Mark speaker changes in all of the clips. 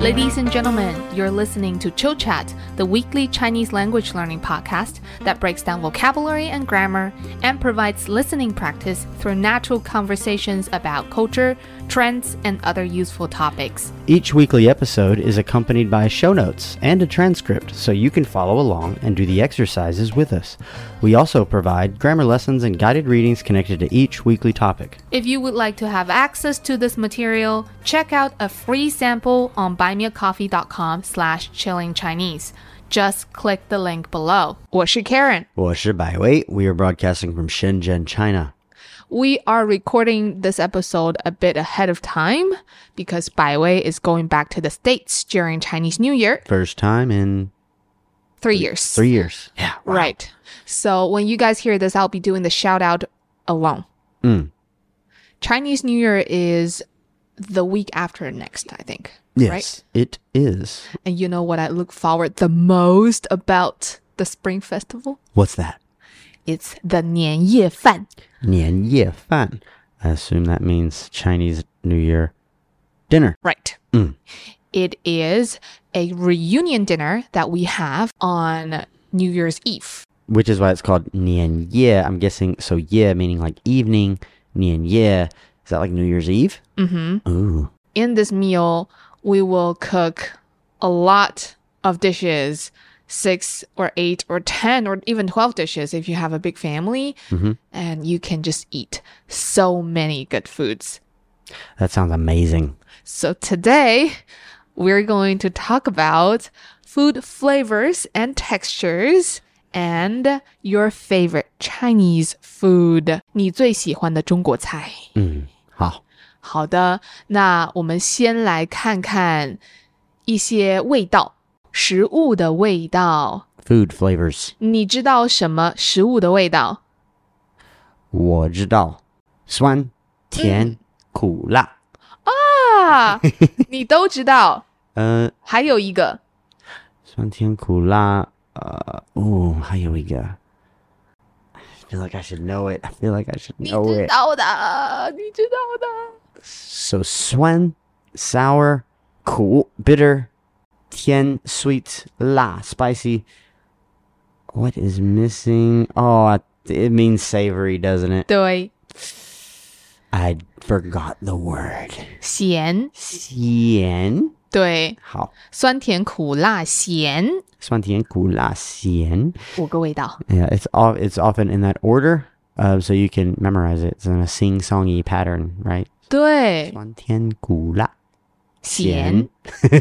Speaker 1: Ladies and gentlemen, you're listening to Chill Chat, the weekly Chinese language learning podcast that breaks down vocabulary and grammar and provides listening practice through natural conversations about culture, trends, and other useful topics.
Speaker 2: Each weekly episode is accompanied by show notes and a transcript so you can follow along and do the exercises with us. We also provide grammar lessons and guided readings connected to each weekly topic.
Speaker 1: If you would like to have access to this material, check out a free sample on buymeacoffee.com slash chillingchinese. Just click the link below. 我是 Karen.
Speaker 2: 我是百威. We are broadcasting from Shenzhen, China.
Speaker 1: We are recording this episode a bit ahead of time because Bai Wei is going back to the States during Chinese New Year.
Speaker 2: First time in
Speaker 1: Three years.
Speaker 2: three years. Yeah. wow.
Speaker 1: Right. So when you guys hear this, I'll be doing the shout out alone.
Speaker 2: Mm.
Speaker 1: Chinese New Year is the week after next, I think. Right?
Speaker 2: Yes, it is.
Speaker 1: And you know what I look forward the most about the Spring Festival?
Speaker 2: What's that?
Speaker 1: It's the 年夜饭.
Speaker 2: 年夜饭. I assume that means Chinese New Year dinner.
Speaker 1: Right. It is a reunion dinner that we have on New Year's Eve.
Speaker 2: which is why it's called Nian Ye. I'm guessing so. Ye meaning like evening. Nian Ye is that like New Year's Eve? Mm-hmm. Ooh,
Speaker 1: in this meal, we will cook a lot of dishes six or eight or 10 or even 12 dishes if you have a big family. And you can just eat so many good foods.
Speaker 2: that sounds amazing.
Speaker 1: So today, we're going to talk about food flavors and textures. And your favorite Chinese food，你最喜欢的中国菜。
Speaker 2: Mm. Ha.
Speaker 1: 好的，那我们先来看看一些味道，食物的味道。
Speaker 2: Food flavors.
Speaker 1: 你知道什么食物的味道？
Speaker 2: 我知道.酸,甜,苦辣.
Speaker 1: 啊，你都知道。
Speaker 2: 呃，
Speaker 1: 还有一个
Speaker 2: uh, 酸甜苦辣,呃,哦,还有一个. I feel like I should know it. I feel like I should
Speaker 1: 你
Speaker 2: know
Speaker 1: 知
Speaker 2: it.
Speaker 1: 道的，你知道的。
Speaker 2: So 酸 sour, 苦 bitter, 甜 sweet, 辣 spicy. What is missing? Oh, I- it means savory, doesn't it?
Speaker 1: 对，
Speaker 2: I forgot the word.
Speaker 1: 咸，
Speaker 2: 咸
Speaker 1: 对，
Speaker 2: 好，
Speaker 1: 酸甜苦辣咸
Speaker 2: 酸甜苦辣咸。
Speaker 1: 五个味道。
Speaker 2: Yeah, it's all it's often in that order, uh, so you can memorize it. It's in a sing-songy pattern, right?
Speaker 1: 对，
Speaker 2: 酸甜苦辣
Speaker 1: 咸，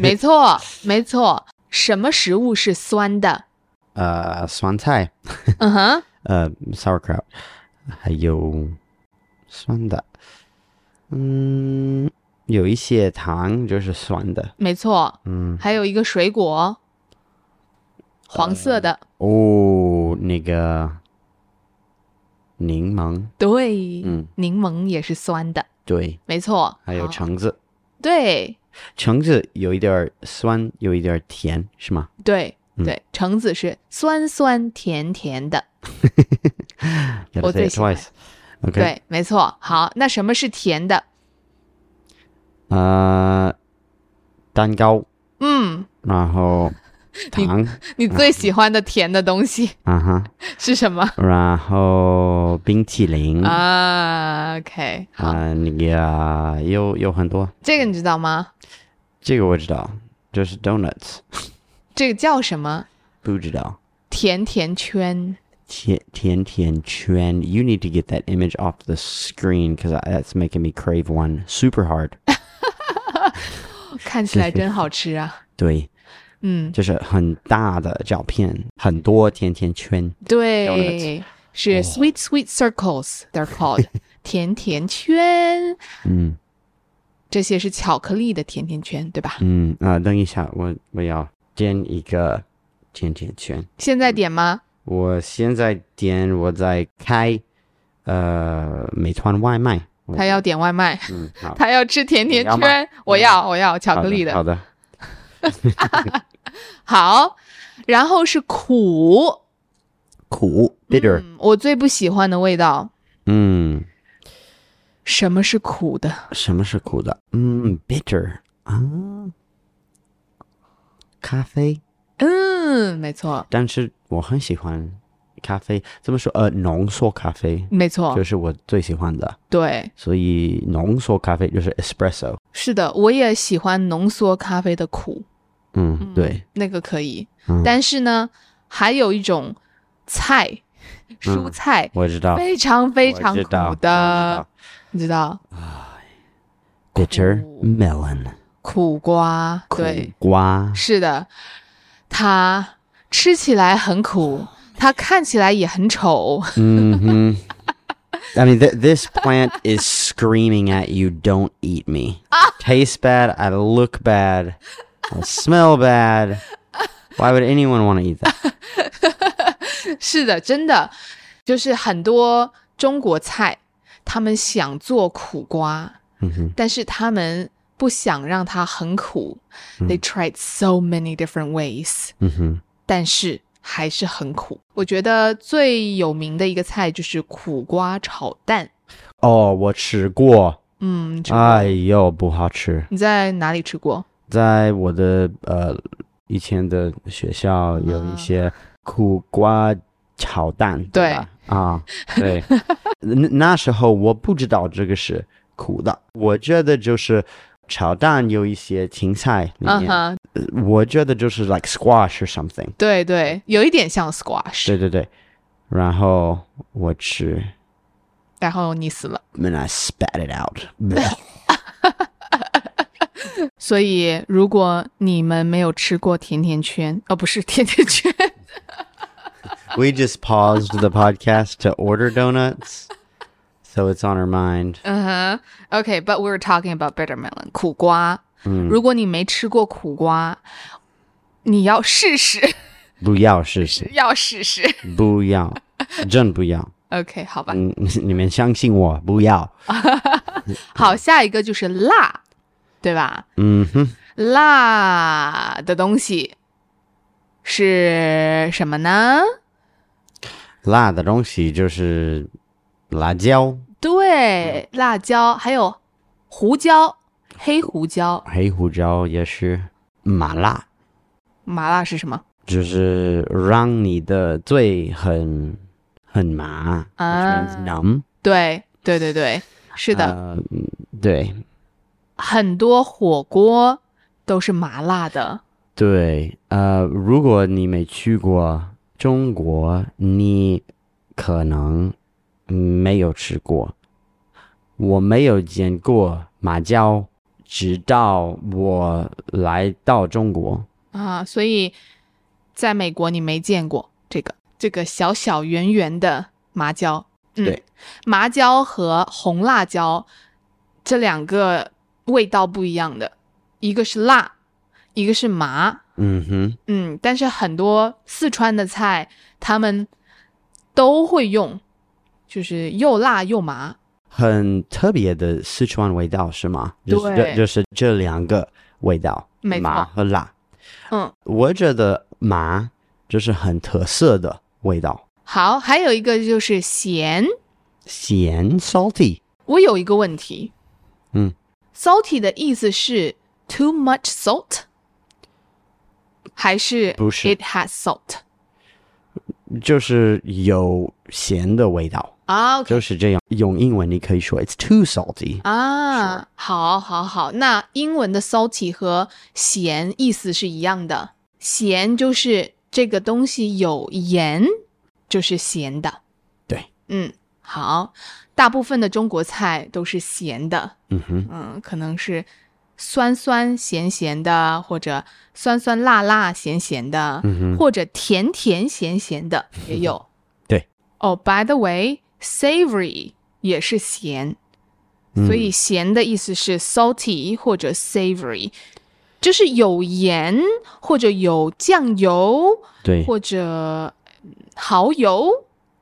Speaker 1: 没错，没错。什么食物是酸的？
Speaker 2: 呃，酸菜。
Speaker 1: 嗯哼，
Speaker 2: 呃，sauerkraut，还有酸的，嗯，有一些糖就是酸的，
Speaker 1: 没错。
Speaker 2: 嗯，
Speaker 1: 还有一个水果，黄色的，
Speaker 2: 呃哦，那个柠檬，
Speaker 1: 对，
Speaker 2: 嗯，
Speaker 1: 柠檬也是酸的，
Speaker 2: 对，
Speaker 1: 没错。
Speaker 2: 还有
Speaker 1: 好
Speaker 2: 橙子，
Speaker 1: 对
Speaker 2: 橙子有一点儿酸，有一点儿甜，是吗？
Speaker 1: 对
Speaker 2: 嗯
Speaker 1: 对，橙子是酸酸甜甜的，
Speaker 2: Gotta
Speaker 1: 我最
Speaker 2: say it
Speaker 1: 喜欢
Speaker 2: twice. OK，
Speaker 1: 对，没错。好，那什么是甜的？
Speaker 2: 呃，蛋糕，
Speaker 1: 嗯，
Speaker 2: 然后糖，
Speaker 1: 你
Speaker 2: 嗯
Speaker 1: 最喜欢的甜的东西
Speaker 2: 啊哈，
Speaker 1: 是什么？
Speaker 2: 然后冰淇淋
Speaker 1: 啊，OK，好，
Speaker 2: 嗯啊，那个啊有有很多，
Speaker 1: 这个你知道吗？
Speaker 2: 这个我知道，就是 donuts，
Speaker 1: 这个叫什么？
Speaker 2: 不知道
Speaker 1: 甜甜圈。
Speaker 2: 甜甜甜圈。You need to get that image off the screen because that's making me crave one super hard 。
Speaker 1: 看起来真好吃 啊！
Speaker 2: 对，
Speaker 1: 嗯，
Speaker 2: 就是很大的照片，很多甜甜圈。
Speaker 1: 对，是
Speaker 2: 哦
Speaker 1: sweet sweet circles，they're called 甜甜圈，
Speaker 2: 嗯
Speaker 1: 这些是巧克力的甜甜圈，对吧？
Speaker 2: 嗯啊、等一下，我我要点一个甜甜圈。
Speaker 1: 现在点吗？
Speaker 2: 我现在点，我在开呃美团外卖。我
Speaker 1: 他要点外卖，
Speaker 2: 嗯好。
Speaker 1: 他要吃甜甜
Speaker 2: 你要吗嗯
Speaker 1: 圈， 我要我要巧克力
Speaker 2: 好的，
Speaker 1: 好，然后是苦，
Speaker 2: 苦 bitter，
Speaker 1: 嗯我最不喜欢的味道。
Speaker 2: 嗯，
Speaker 1: 什么是苦的？
Speaker 2: 什么是苦的？嗯，bitter 啊，咖啡，
Speaker 1: 嗯，没错，
Speaker 2: 但是我很喜欢咖啡。怎么说？呃，浓缩咖啡
Speaker 1: 没错
Speaker 2: 就，是我最喜欢的，
Speaker 1: 对，
Speaker 2: 所以浓缩咖啡就是 espresso。
Speaker 1: 是的，我也喜欢浓缩咖啡的苦，
Speaker 2: 嗯，对，
Speaker 1: 那个可以。
Speaker 2: 嗯
Speaker 1: 但是呢，还有一种菜，蔬菜、
Speaker 2: 嗯我知道，
Speaker 1: 非常非常
Speaker 2: 我知道
Speaker 1: 苦的，你知道，
Speaker 2: 我知道，bitter melon，
Speaker 1: 苦瓜，
Speaker 2: 苦
Speaker 1: 对，
Speaker 2: 瓜，
Speaker 1: 是的，它吃起来很苦，它看起来也很丑，
Speaker 2: hmm I mean, th- this plant is screaming at you, don't eat me. Tastes bad. I look bad. I smell bad. Why would anyone want to eat that?
Speaker 1: 是的，真的，就是很多中国菜，他们想做苦瓜，
Speaker 2: Mhm.
Speaker 1: 但是他们不想让它很苦。They
Speaker 2: 嗯
Speaker 1: tried so many different ways，
Speaker 2: Mhm.
Speaker 1: 但是还是很苦。我觉得最有名的一个菜就是苦瓜炒蛋。
Speaker 2: Oh, 我吃过。
Speaker 1: 嗯，吃过
Speaker 2: 啊 Ah, 哎呦，不好吃。
Speaker 1: 你在哪里吃过？
Speaker 2: 在我的呃以前的学校有一些苦瓜炒蛋，
Speaker 1: 对
Speaker 2: 吧啊，对，那那时候我不知道这个是苦的，我觉得就是炒蛋有一些芹菜里
Speaker 1: 嗯
Speaker 2: 面
Speaker 1: 哼，
Speaker 2: 呃我觉得就是 like squash or something，
Speaker 1: 对对，有一点像 squash。
Speaker 2: 对对对，然后我吃
Speaker 1: 然后你死了。
Speaker 2: ，and I spat it out，
Speaker 1: 所以，如果你们没有吃过甜甜圈，哦，不是甜甜圈，
Speaker 2: We just paused the podcast to order donuts, so it's on our mind.
Speaker 1: 嗯哼，OK，but we were talking about bitter melon 苦瓜。如果你没吃过苦瓜，你要试试，
Speaker 2: 不要试试，
Speaker 1: 要试试。
Speaker 2: 不要，真不要。
Speaker 1: OK，好吧。
Speaker 2: 嗯， 你们相信我，不要。
Speaker 1: 好，下一个就是辣，对吧？
Speaker 2: 嗯哼，
Speaker 1: 辣的东西是什么呢？
Speaker 2: 辣的东西就是辣椒、
Speaker 1: 对，辣椒，还有胡椒，黑胡椒。
Speaker 2: 黑胡椒，也是麻辣，
Speaker 1: 麻辣是什么？
Speaker 2: 就是让你的嘴很很麻
Speaker 1: 啊
Speaker 2: which means numb。
Speaker 1: 对，对对对，是的，
Speaker 2: 呃，对
Speaker 1: 很多火锅都是麻辣的。
Speaker 2: 对，呃，如果你没去过中国，你可能没有吃过。我没有见过麻椒，直到我来到中国。
Speaker 1: 啊，所以在美国你没见过这个这个小小圆圆的麻椒。嗯、
Speaker 2: 对，
Speaker 1: 麻椒和红辣椒这两个味道不一样的，一个是辣，一个是麻。
Speaker 2: 嗯哼，
Speaker 1: 嗯，但是很多四川的菜他们都会用，就是又辣又麻。
Speaker 2: 很特别的四川味道是吗？就是这
Speaker 1: 对
Speaker 2: 就是这两个味道，
Speaker 1: 没错
Speaker 2: 麻和辣。
Speaker 1: 嗯，
Speaker 2: 我觉得麻就是很特色的味道，
Speaker 1: 好，还有一个就是咸。
Speaker 2: 咸 salty。
Speaker 1: 我有一个问题，
Speaker 2: 嗯
Speaker 1: ，salty 的意思是 too much salt，还是
Speaker 2: 不是
Speaker 1: it has salt
Speaker 2: 就是有咸的味道，
Speaker 1: 啊？OK
Speaker 2: 就是这样。用英文你可以说 "It's too salty"，
Speaker 1: 啊，好，好，好。那英文的 salty 和咸意思是一样的，咸就是这个东西有盐，就是咸的。
Speaker 2: 对，
Speaker 1: 嗯，好。大部分的中国菜都是咸的，
Speaker 2: 嗯哼，。
Speaker 1: 嗯，可能是酸酸咸咸的，或者酸酸辣辣咸咸的，或者甜甜咸咸的也有
Speaker 2: 对，
Speaker 1: 哦、b y the way，savory 也是咸，
Speaker 2: 嗯
Speaker 1: 所以咸的意思是 salty 或者 savory，就是有盐或者有酱油
Speaker 2: 对嗯
Speaker 1: 或者嗯蚝油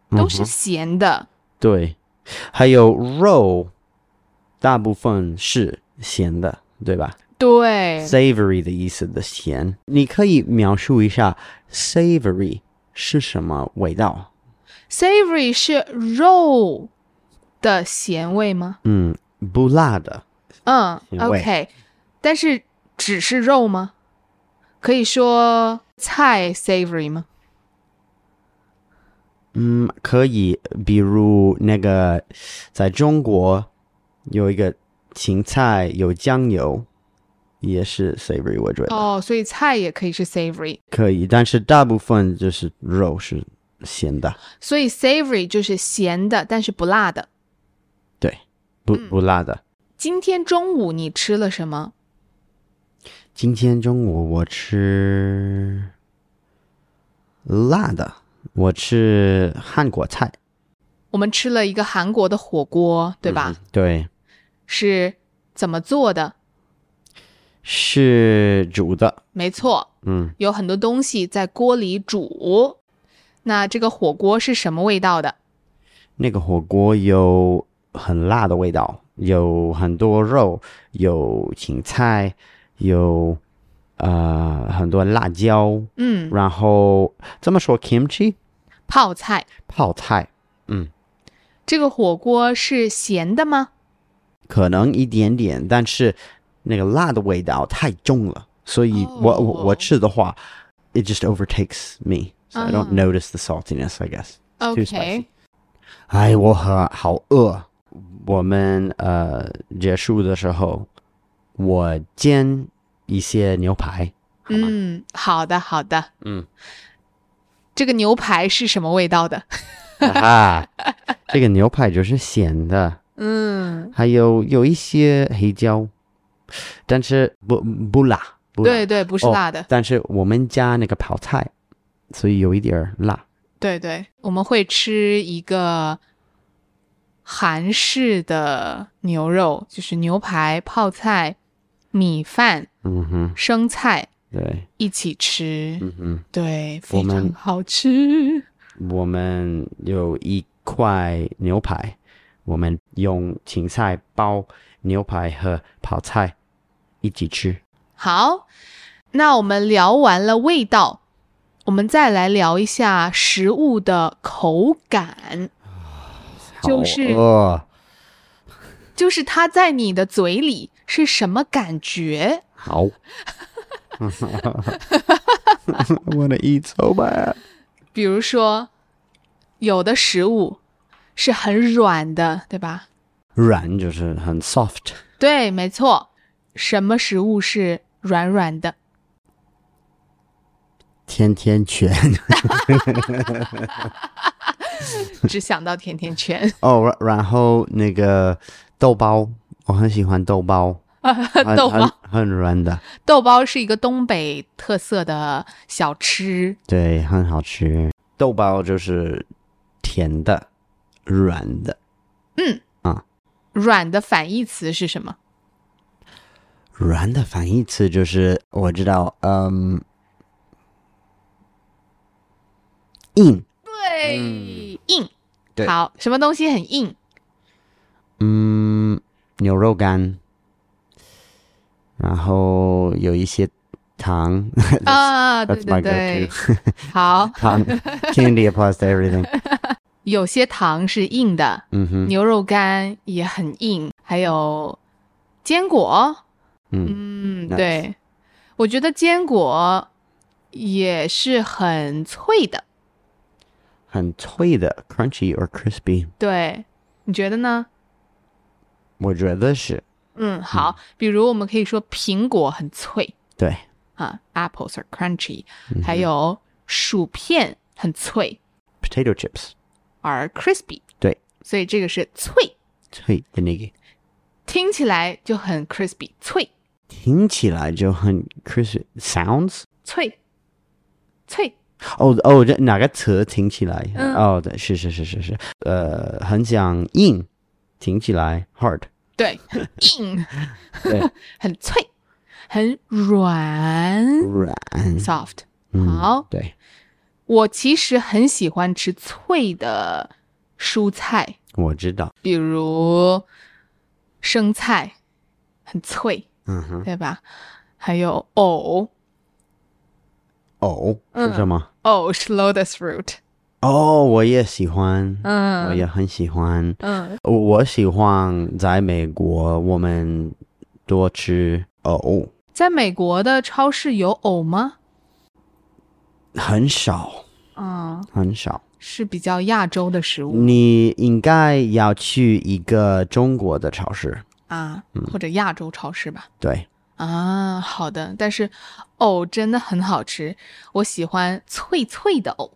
Speaker 1: 都是咸的。
Speaker 2: 对，还有肉，大部分是咸的，对吧
Speaker 1: 对，
Speaker 2: ？Savory 的意思的咸，你可以描述一下 savory 是什么味道？
Speaker 1: Savory 是肉的咸味吗？
Speaker 2: 嗯，不辣的，
Speaker 1: 嗯
Speaker 2: 咸味
Speaker 1: ，OK，但是只是肉吗？可以说菜 savory 吗？
Speaker 2: 嗯，可以，比如那个在中国有一个芹菜有酱油，也是 savory，我觉得、
Speaker 1: 哦，所以菜也可以是 savory，
Speaker 2: 可以，但是大部分就是肉是咸的，
Speaker 1: 所以 savory 就是咸的，但是不辣的。
Speaker 2: 对，不
Speaker 1: 嗯
Speaker 2: 不辣的。
Speaker 1: 今天中午你吃了什么？
Speaker 2: 今天中午我吃辣的，我吃韩国菜，
Speaker 1: 我们吃了一个韩国的火锅，对
Speaker 2: 嗯
Speaker 1: 吧？
Speaker 2: 对，
Speaker 1: 是怎么做的？
Speaker 2: 是煮的，
Speaker 1: 没错，
Speaker 2: 嗯，
Speaker 1: 有很多东西在锅里煮。那这个火锅是什么味道的？
Speaker 2: 那个火锅有很辣的味道，有很多肉，有芹菜，有呃很多辣椒，
Speaker 1: 嗯，
Speaker 2: 然后这么说 kimchi
Speaker 1: 泡菜。
Speaker 2: 泡菜，嗯，
Speaker 1: 这个火锅是咸的吗？
Speaker 2: 可能一点点，但是那个辣的味道太重了，所以我、我
Speaker 1: 哦
Speaker 2: 我吃的话，it just overtakes me。So I don't
Speaker 1: 嗯
Speaker 2: notice the saltiness, I guess.
Speaker 1: OK，
Speaker 2: spicy 哎，我很好饿。我们呃结束的时候，我煎一些牛排，好吗？
Speaker 1: 嗯，好的，好的，
Speaker 2: 嗯，
Speaker 1: 这个牛排是什么味道的？
Speaker 2: 哈啊哈，这个牛排就是咸的，
Speaker 1: 嗯，
Speaker 2: 还有有一些黑椒，但是不不辣，不辣
Speaker 1: 对对，不是
Speaker 2: 哦
Speaker 1: 辣的，
Speaker 2: 但是我们加那个泡菜，所以有一点儿辣。
Speaker 1: 对对，我们会吃一个韩式的牛肉，就是牛排、泡菜、米饭、
Speaker 2: 嗯哼，
Speaker 1: 生菜
Speaker 2: 对，
Speaker 1: 一起吃，
Speaker 2: 嗯哼，
Speaker 1: 对，
Speaker 2: 我
Speaker 1: 非常
Speaker 2: 们
Speaker 1: 好吃。
Speaker 2: 我们有一块牛排，我们用芹菜包牛排和泡菜一起吃。
Speaker 1: 好，那我们聊完了味道，我们再来聊一下食物的口感，就是
Speaker 2: 好饿
Speaker 1: 就是它在你的嘴里是什么感觉？
Speaker 2: 好。I want to eat so bad.
Speaker 1: 比如说，有的食物是很软的，对吧？
Speaker 2: 软就是很 soft，
Speaker 1: 对，没错。什么食物是软软的？
Speaker 2: 甜甜圈。
Speaker 1: 只想到甜甜圈
Speaker 2: 哦，然然后那个豆包，我很喜欢豆包， 很
Speaker 1: 豆包
Speaker 2: 很很软的，
Speaker 1: 豆包是一个东北特色的小吃，
Speaker 2: 对，很好吃。豆包就是甜的、软的、
Speaker 1: 软的反义词是什么？
Speaker 2: 软的反义词就是我知道，嗯，硬，
Speaker 1: 对，硬。
Speaker 2: 对
Speaker 1: 好，什么东西很硬？
Speaker 2: 嗯，牛肉干，然后有一些糖
Speaker 1: 啊，对
Speaker 2: ，That's
Speaker 1: 对
Speaker 2: my
Speaker 1: 对
Speaker 2: go-to，
Speaker 1: 好，
Speaker 2: 糖，candy plus everything，
Speaker 1: 有些糖是硬的，
Speaker 2: 嗯哼，
Speaker 1: 牛肉干也很硬，还有坚果，
Speaker 2: 嗯。
Speaker 1: 嗯，
Speaker 2: 那
Speaker 1: 对，我觉得坚果也是很脆的，
Speaker 2: 很脆的 crunchy or crispy，
Speaker 1: 对，你觉得呢？
Speaker 2: 我觉得是
Speaker 1: 嗯，好，比如我们可以说苹果很脆
Speaker 2: 对，
Speaker 1: 啊，apples are crunchy，还
Speaker 2: 嗯
Speaker 1: 有薯片很脆
Speaker 2: potato chips
Speaker 1: are crispy，
Speaker 2: 对，
Speaker 1: 所以这个是脆，
Speaker 2: 脆的那个，
Speaker 1: 听起来就很 crispy，脆
Speaker 2: 听起来就很 crispy sounds。
Speaker 1: 脆脆，
Speaker 2: 哦哦，这哪个词听起来？
Speaker 1: 嗯
Speaker 2: 哦，对，是是是是是，呃，很想硬，听起来 hard。
Speaker 1: 对，很硬，
Speaker 2: 对，
Speaker 1: 很脆，很软
Speaker 2: 软。
Speaker 1: ，soft。
Speaker 2: 嗯
Speaker 1: 好
Speaker 2: 对，
Speaker 1: 我其实很喜欢吃脆的蔬菜，
Speaker 2: 我知道。
Speaker 1: 比如生菜，很脆，
Speaker 2: 嗯哼，
Speaker 1: 对吧？还有藕，
Speaker 2: 藕哦是什么？
Speaker 1: 藕是 lotus root。
Speaker 2: 哦，我也喜欢，我
Speaker 1: 嗯
Speaker 2: 也很喜欢。
Speaker 1: 嗯，
Speaker 2: 我我喜欢在美国，我们多吃藕。哦
Speaker 1: 在美国的超市有藕吗？
Speaker 2: 很少
Speaker 1: 嗯，
Speaker 2: 很少。
Speaker 1: 是比较亚洲的食物
Speaker 2: 你应该要去一个中国的超市，
Speaker 1: 啊，或者亚洲超市吧。
Speaker 2: 对，
Speaker 1: 啊，好的，但是藕真的很好吃，我喜欢脆脆的藕，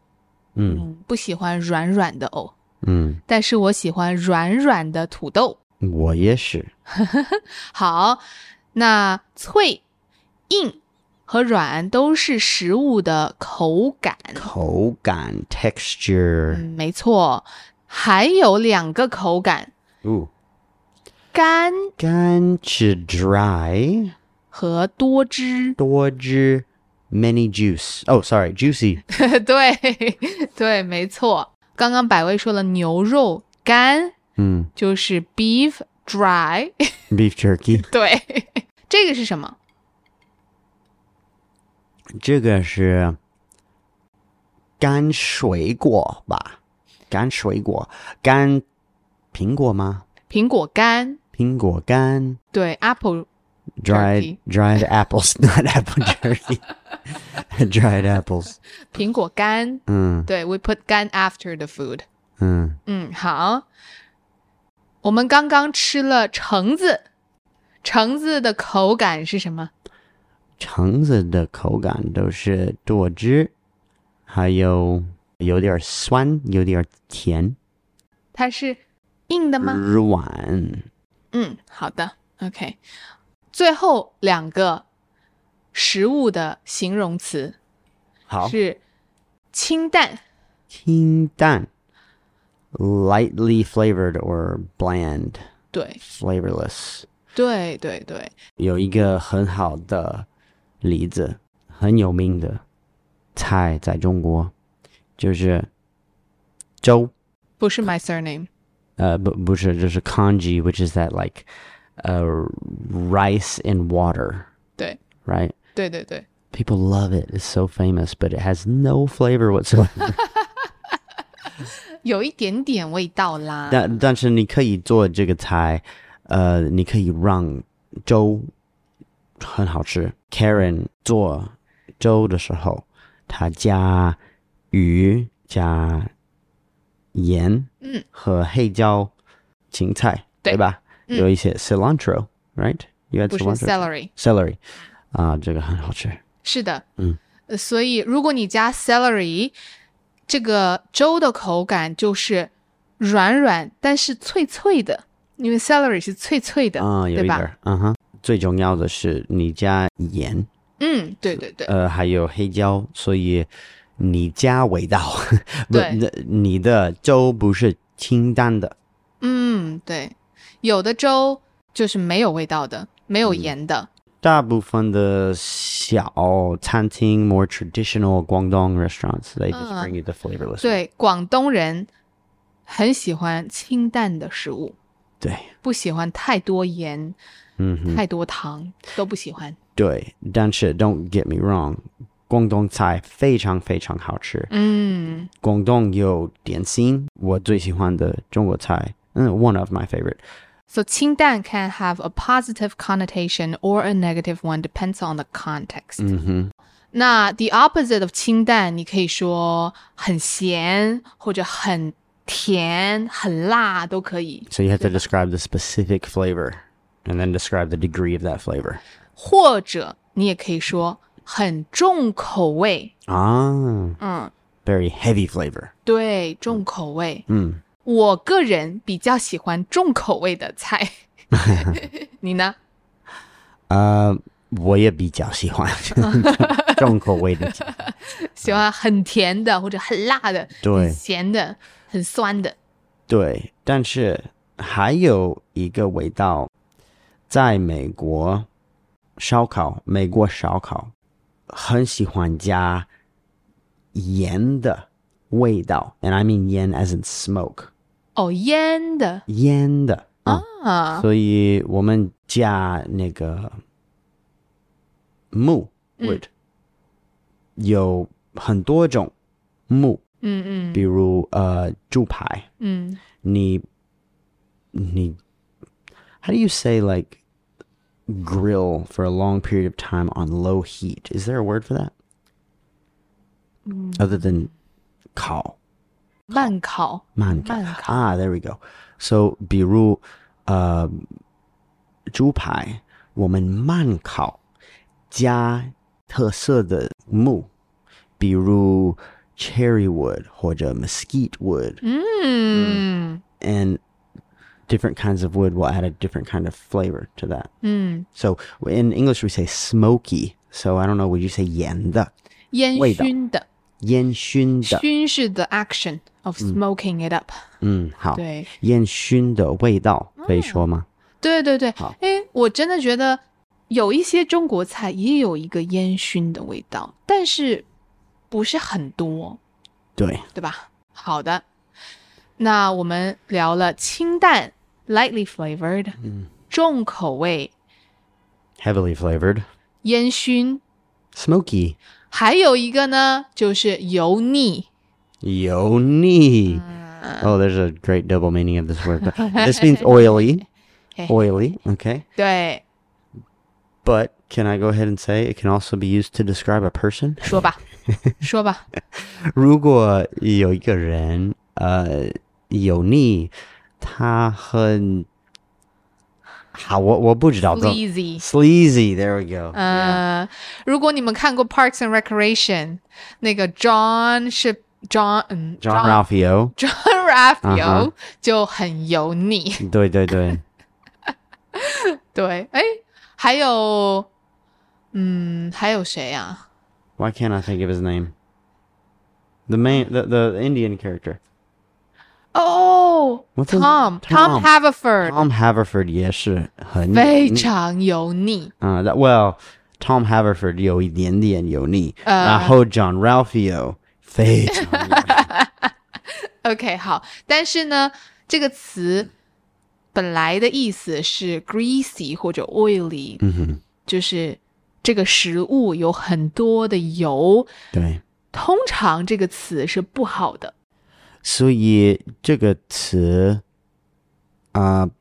Speaker 2: 嗯
Speaker 1: 嗯，不喜欢软软的藕，
Speaker 2: 嗯，
Speaker 1: 但是我喜欢软软的土豆。
Speaker 2: 我也是。
Speaker 1: 好，那脆、硬和软都是食物的口感。
Speaker 2: 口感 texture，
Speaker 1: 嗯，没错，还有两个口感，
Speaker 2: 哦，
Speaker 1: 干
Speaker 2: 干是 dry，
Speaker 1: 和多汁。
Speaker 2: 多汁 many juice。哦，sorry juicy，
Speaker 1: 对 对，没错。刚刚百威说了牛肉干
Speaker 2: 嗯
Speaker 1: 就是 beef dry，
Speaker 2: ，beef jerky，
Speaker 1: 对，这个是什么？
Speaker 2: 这个是干水果吧？干水果，干苹果吗？
Speaker 1: 苹果干，
Speaker 2: 苹果干
Speaker 1: 对，apple
Speaker 2: dried dried apples，not apple jerky，dried apples，
Speaker 1: 苹果干，
Speaker 2: 嗯
Speaker 1: 对，we put 干 after the food。
Speaker 2: 嗯，
Speaker 1: 嗯，好。我们刚刚吃了橙子，橙子的口感是什么？
Speaker 2: 橙子的口感都是多汁，还有有点酸，有点甜，
Speaker 1: 它是硬的吗？
Speaker 2: 软。
Speaker 1: 嗯，好的，OK。最后两个食物的形容词
Speaker 2: 好，
Speaker 1: 是清淡
Speaker 2: 清淡，lightly flavored or bland,
Speaker 1: 对
Speaker 2: flavorless。
Speaker 1: 对对对，
Speaker 2: 有一个很好的例子，很有名的菜在中国，就是粥。
Speaker 1: 不是 my surname。
Speaker 2: 呃，不不是，就是 congee, which is that like, uh, rice and water,
Speaker 1: 对
Speaker 2: right?
Speaker 1: 对对对，
Speaker 2: People love it. It's so famous, but it has no flavor whatsoever.
Speaker 1: 有一点点味道啦。
Speaker 2: 但但是你可以做这个菜，呃，你可以让粥很好吃。Karen 做粥的时候，她加鱼、加盐，
Speaker 1: 嗯，
Speaker 2: 和黑椒、芹菜，
Speaker 1: 对
Speaker 2: 吧？
Speaker 1: 嗯
Speaker 2: 有一些 cilantro，right？You had
Speaker 1: 不是
Speaker 2: cilantro
Speaker 1: celery，
Speaker 2: celery 啊、这个很好吃。
Speaker 1: 是的，
Speaker 2: 嗯
Speaker 1: 呃，所以如果你加 celery，这个粥的口感就是软软但是脆脆的，因为 celery 是脆脆的，
Speaker 2: 啊、有
Speaker 1: 对
Speaker 2: 一点
Speaker 1: 吧？
Speaker 2: 儿，嗯哼。最重要的是你加盐，
Speaker 1: 嗯，对对对，
Speaker 2: 呃，还有黑椒，所以你加味道，不
Speaker 1: 对，
Speaker 2: 那你的粥不是清淡的，
Speaker 1: 嗯对，有的粥就是没有味道的，没
Speaker 2: 嗯
Speaker 1: 有盐的，
Speaker 2: 大部分的小餐厅，more traditional 广东 restaurants，they just
Speaker 1: 嗯
Speaker 2: bring you the flavorless。
Speaker 1: 对，广东人很喜欢清淡的食物，
Speaker 2: 对，
Speaker 1: 不喜欢太多盐、
Speaker 2: 嗯哼，
Speaker 1: 太多糖，都不喜欢。
Speaker 2: 对。但是 don't get me wrong，广东菜非常非常好吃。
Speaker 1: 嗯，
Speaker 2: 广东有点心，我最喜欢的中国菜，嗯，one of my favorite。
Speaker 1: So 清淡 can have a positive connotation or a negative one, depends on the context.
Speaker 2: 嗯哼，
Speaker 1: 那 the opposite of 清淡，你可以说很咸或者很甜、很辣都可以，
Speaker 2: So you have to describe the specific flavor and then describe the degree of that flavor.
Speaker 1: 或者你也可以说很重口味。
Speaker 2: Ah,
Speaker 1: 嗯，
Speaker 2: very heavy flavor.
Speaker 1: 对，重口味。
Speaker 2: Mm.
Speaker 1: 我个人比较喜欢重口味的 菜，你呢？
Speaker 2: Uh, 我也比较喜欢重口味的。
Speaker 1: 喜欢很甜的或者很辣的，
Speaker 2: 对
Speaker 1: 很咸的，很酸的。
Speaker 2: 对，但是还有一个味道，在美国烧烤，美国烧烤很喜欢加盐的味道，and I mean 盐 as in smoke，
Speaker 1: 哦，腌的
Speaker 2: 烟的啊，
Speaker 1: 啊，
Speaker 2: 所以我们加那个木 wood，、有很多种木，
Speaker 1: 嗯嗯
Speaker 2: 比如呃猪排。
Speaker 1: 嗯，
Speaker 2: 你你 how do you say like grill for a long period of time on low heat. Is there a word for that? Other than kao.
Speaker 1: 慢烤，
Speaker 2: 慢烤
Speaker 1: 慢烤。
Speaker 2: Ah, there we go. So, um, 比如呃猪排，我们慢烤加特色的木，比如 cherry wood 或者 mesquite wood，
Speaker 1: 嗯
Speaker 2: and different kinds of wood will add a different kind of flavor to that.
Speaker 1: 嗯，
Speaker 2: So in English we say smoky. So I don't know. Would you say 盐的？
Speaker 1: 嗯烟
Speaker 2: 味道
Speaker 1: 熏的，
Speaker 2: 烟熏的，
Speaker 1: 熏是 the action of smoking it up。
Speaker 2: 嗯，好，
Speaker 1: 对，
Speaker 2: 烟熏的味道可以说吗？
Speaker 1: 对对对
Speaker 2: 好，
Speaker 1: 哎，我真的觉得有一些中国菜也有一个烟熏的味道，但是不是很多，
Speaker 2: 对，
Speaker 1: 对吧？好的，那我们聊了清淡 （lightly flavored），重
Speaker 2: 嗯
Speaker 1: 口味
Speaker 2: heavily flavored,
Speaker 1: 烟熏，
Speaker 2: smoky,
Speaker 1: 还有一个呢就是油腻。
Speaker 2: yoni. Oh, there's a great double meaning of this word. But this means oily, oily. Okay,
Speaker 1: 对，
Speaker 2: but can I go ahead and say it can also be used to describe a person?
Speaker 1: 说 吧，说吧，
Speaker 2: 如果有一个人呃油腻，他很好，我我不知道怎
Speaker 1: Sleazy Uh,
Speaker 2: sleazy. There we go.
Speaker 1: 呃，如果你们看过《Parks and Recreation》，那个 John 是 John，嗯
Speaker 2: John Ralphio.
Speaker 1: John Raffio、
Speaker 2: 嗯哼
Speaker 1: 就很油腻。
Speaker 2: 对对对，
Speaker 1: 对，哎，还有，嗯，还有谁呀、
Speaker 2: Why can't I think of his name? The main, the the Indian character,
Speaker 1: 哦、
Speaker 2: What's his-
Speaker 1: Tom
Speaker 2: Tom
Speaker 1: Haverford、
Speaker 2: Tom 嗯 Haverford 也是很
Speaker 1: 非常油腻。
Speaker 2: 呃、that, well Tom Haverford 有一点点油腻，
Speaker 1: 呃
Speaker 2: 然后 John Ralphio 非 常油腻
Speaker 1: OK，好，但是呢，这个词本来的意思是 greasy 或者 oily，、
Speaker 2: 嗯哼，
Speaker 1: 就是这个食物有很多的油。
Speaker 2: 对，
Speaker 1: 通常这个词是不好的，
Speaker 2: 所以这个词啊、呃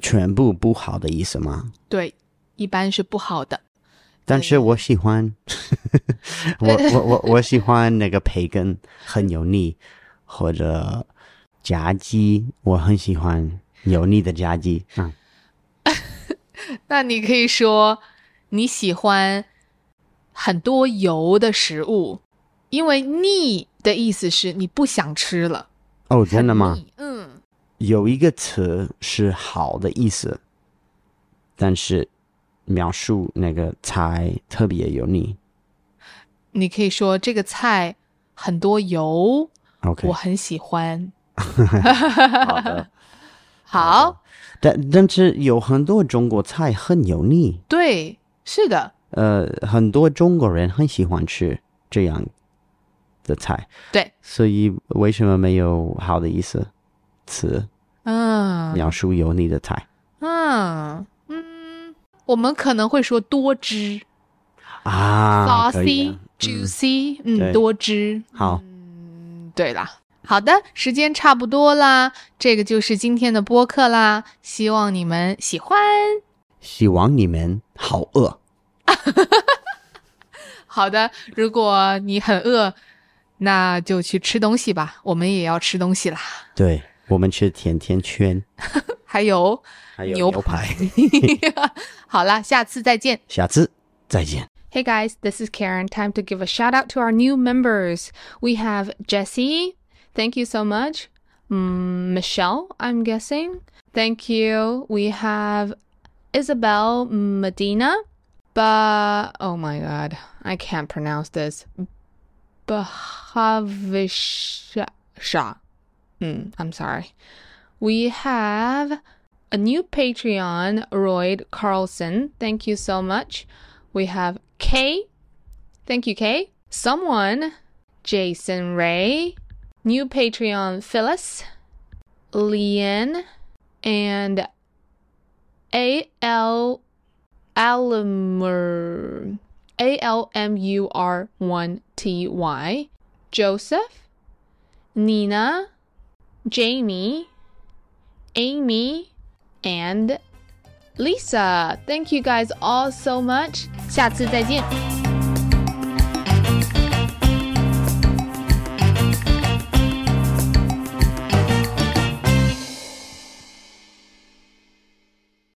Speaker 2: 全部不好的意思吗？
Speaker 1: 对，一般是不好的。
Speaker 2: 但是我喜欢，我我我我喜欢那个培根很油腻，或者炸鸡，我很喜欢油腻的炸鸡。嗯，
Speaker 1: 那你可以说你喜欢很多油的食物，因为腻的意思是你不想吃了。
Speaker 2: 哦，真的吗
Speaker 1: 很？腻？嗯，
Speaker 2: 有一个词是好的意思，但是描述那个菜特别油腻。
Speaker 1: 你可以说这个菜很多油，
Speaker 2: OK，
Speaker 1: 我很喜欢。
Speaker 2: 好的。
Speaker 1: 好，
Speaker 2: 但但是有很多中国菜很油腻，
Speaker 1: 对，是的，
Speaker 2: 呃，很多中国人很喜欢吃这样的菜。
Speaker 1: 对，
Speaker 2: 所以为什么没有好的意思词
Speaker 1: 嗯
Speaker 2: 描述油腻的菜
Speaker 1: 嗯嗯，我们可能会说多汁。
Speaker 2: 啊？可以
Speaker 1: saucy
Speaker 2: 啊、
Speaker 1: juicy，嗯，
Speaker 2: 对
Speaker 1: 多汁。
Speaker 2: 好
Speaker 1: 嗯，对啦。好的，时间差不多啦，这个就是今天的播客啦，希望你们喜欢。
Speaker 2: 希望你们好饿。
Speaker 1: 好的，如果你很饿，那就去吃东西吧，我们也要吃东西啦。
Speaker 2: 对我们吃甜甜圈，
Speaker 1: 还有，
Speaker 2: 还有
Speaker 1: 牛
Speaker 2: 牛排。
Speaker 1: 好啦，下次再见。
Speaker 2: 下次再见。
Speaker 1: Hey guys, this is Karen. Time to give a shout out to our new members. We have Jesse. Thank you so much. Mm, Michelle, I'm guessing. Thank you. We have Isabel Medina. Ba. Oh my god. I can't pronounce this. Bahavisha. Hmm, I'm sorry. We have a new Patreon, Royd Carlson. Thank you so much. We have Kay. Thank you, Kay. Someone, Jason Ray. New Patreon, Phyllis. Leanne. And A.L. Almur. A-L-M-U-R-1-T-Y. Joseph. Nina. Jamie. Amy. And Lisa. Thank you guys all so much. 下次再见。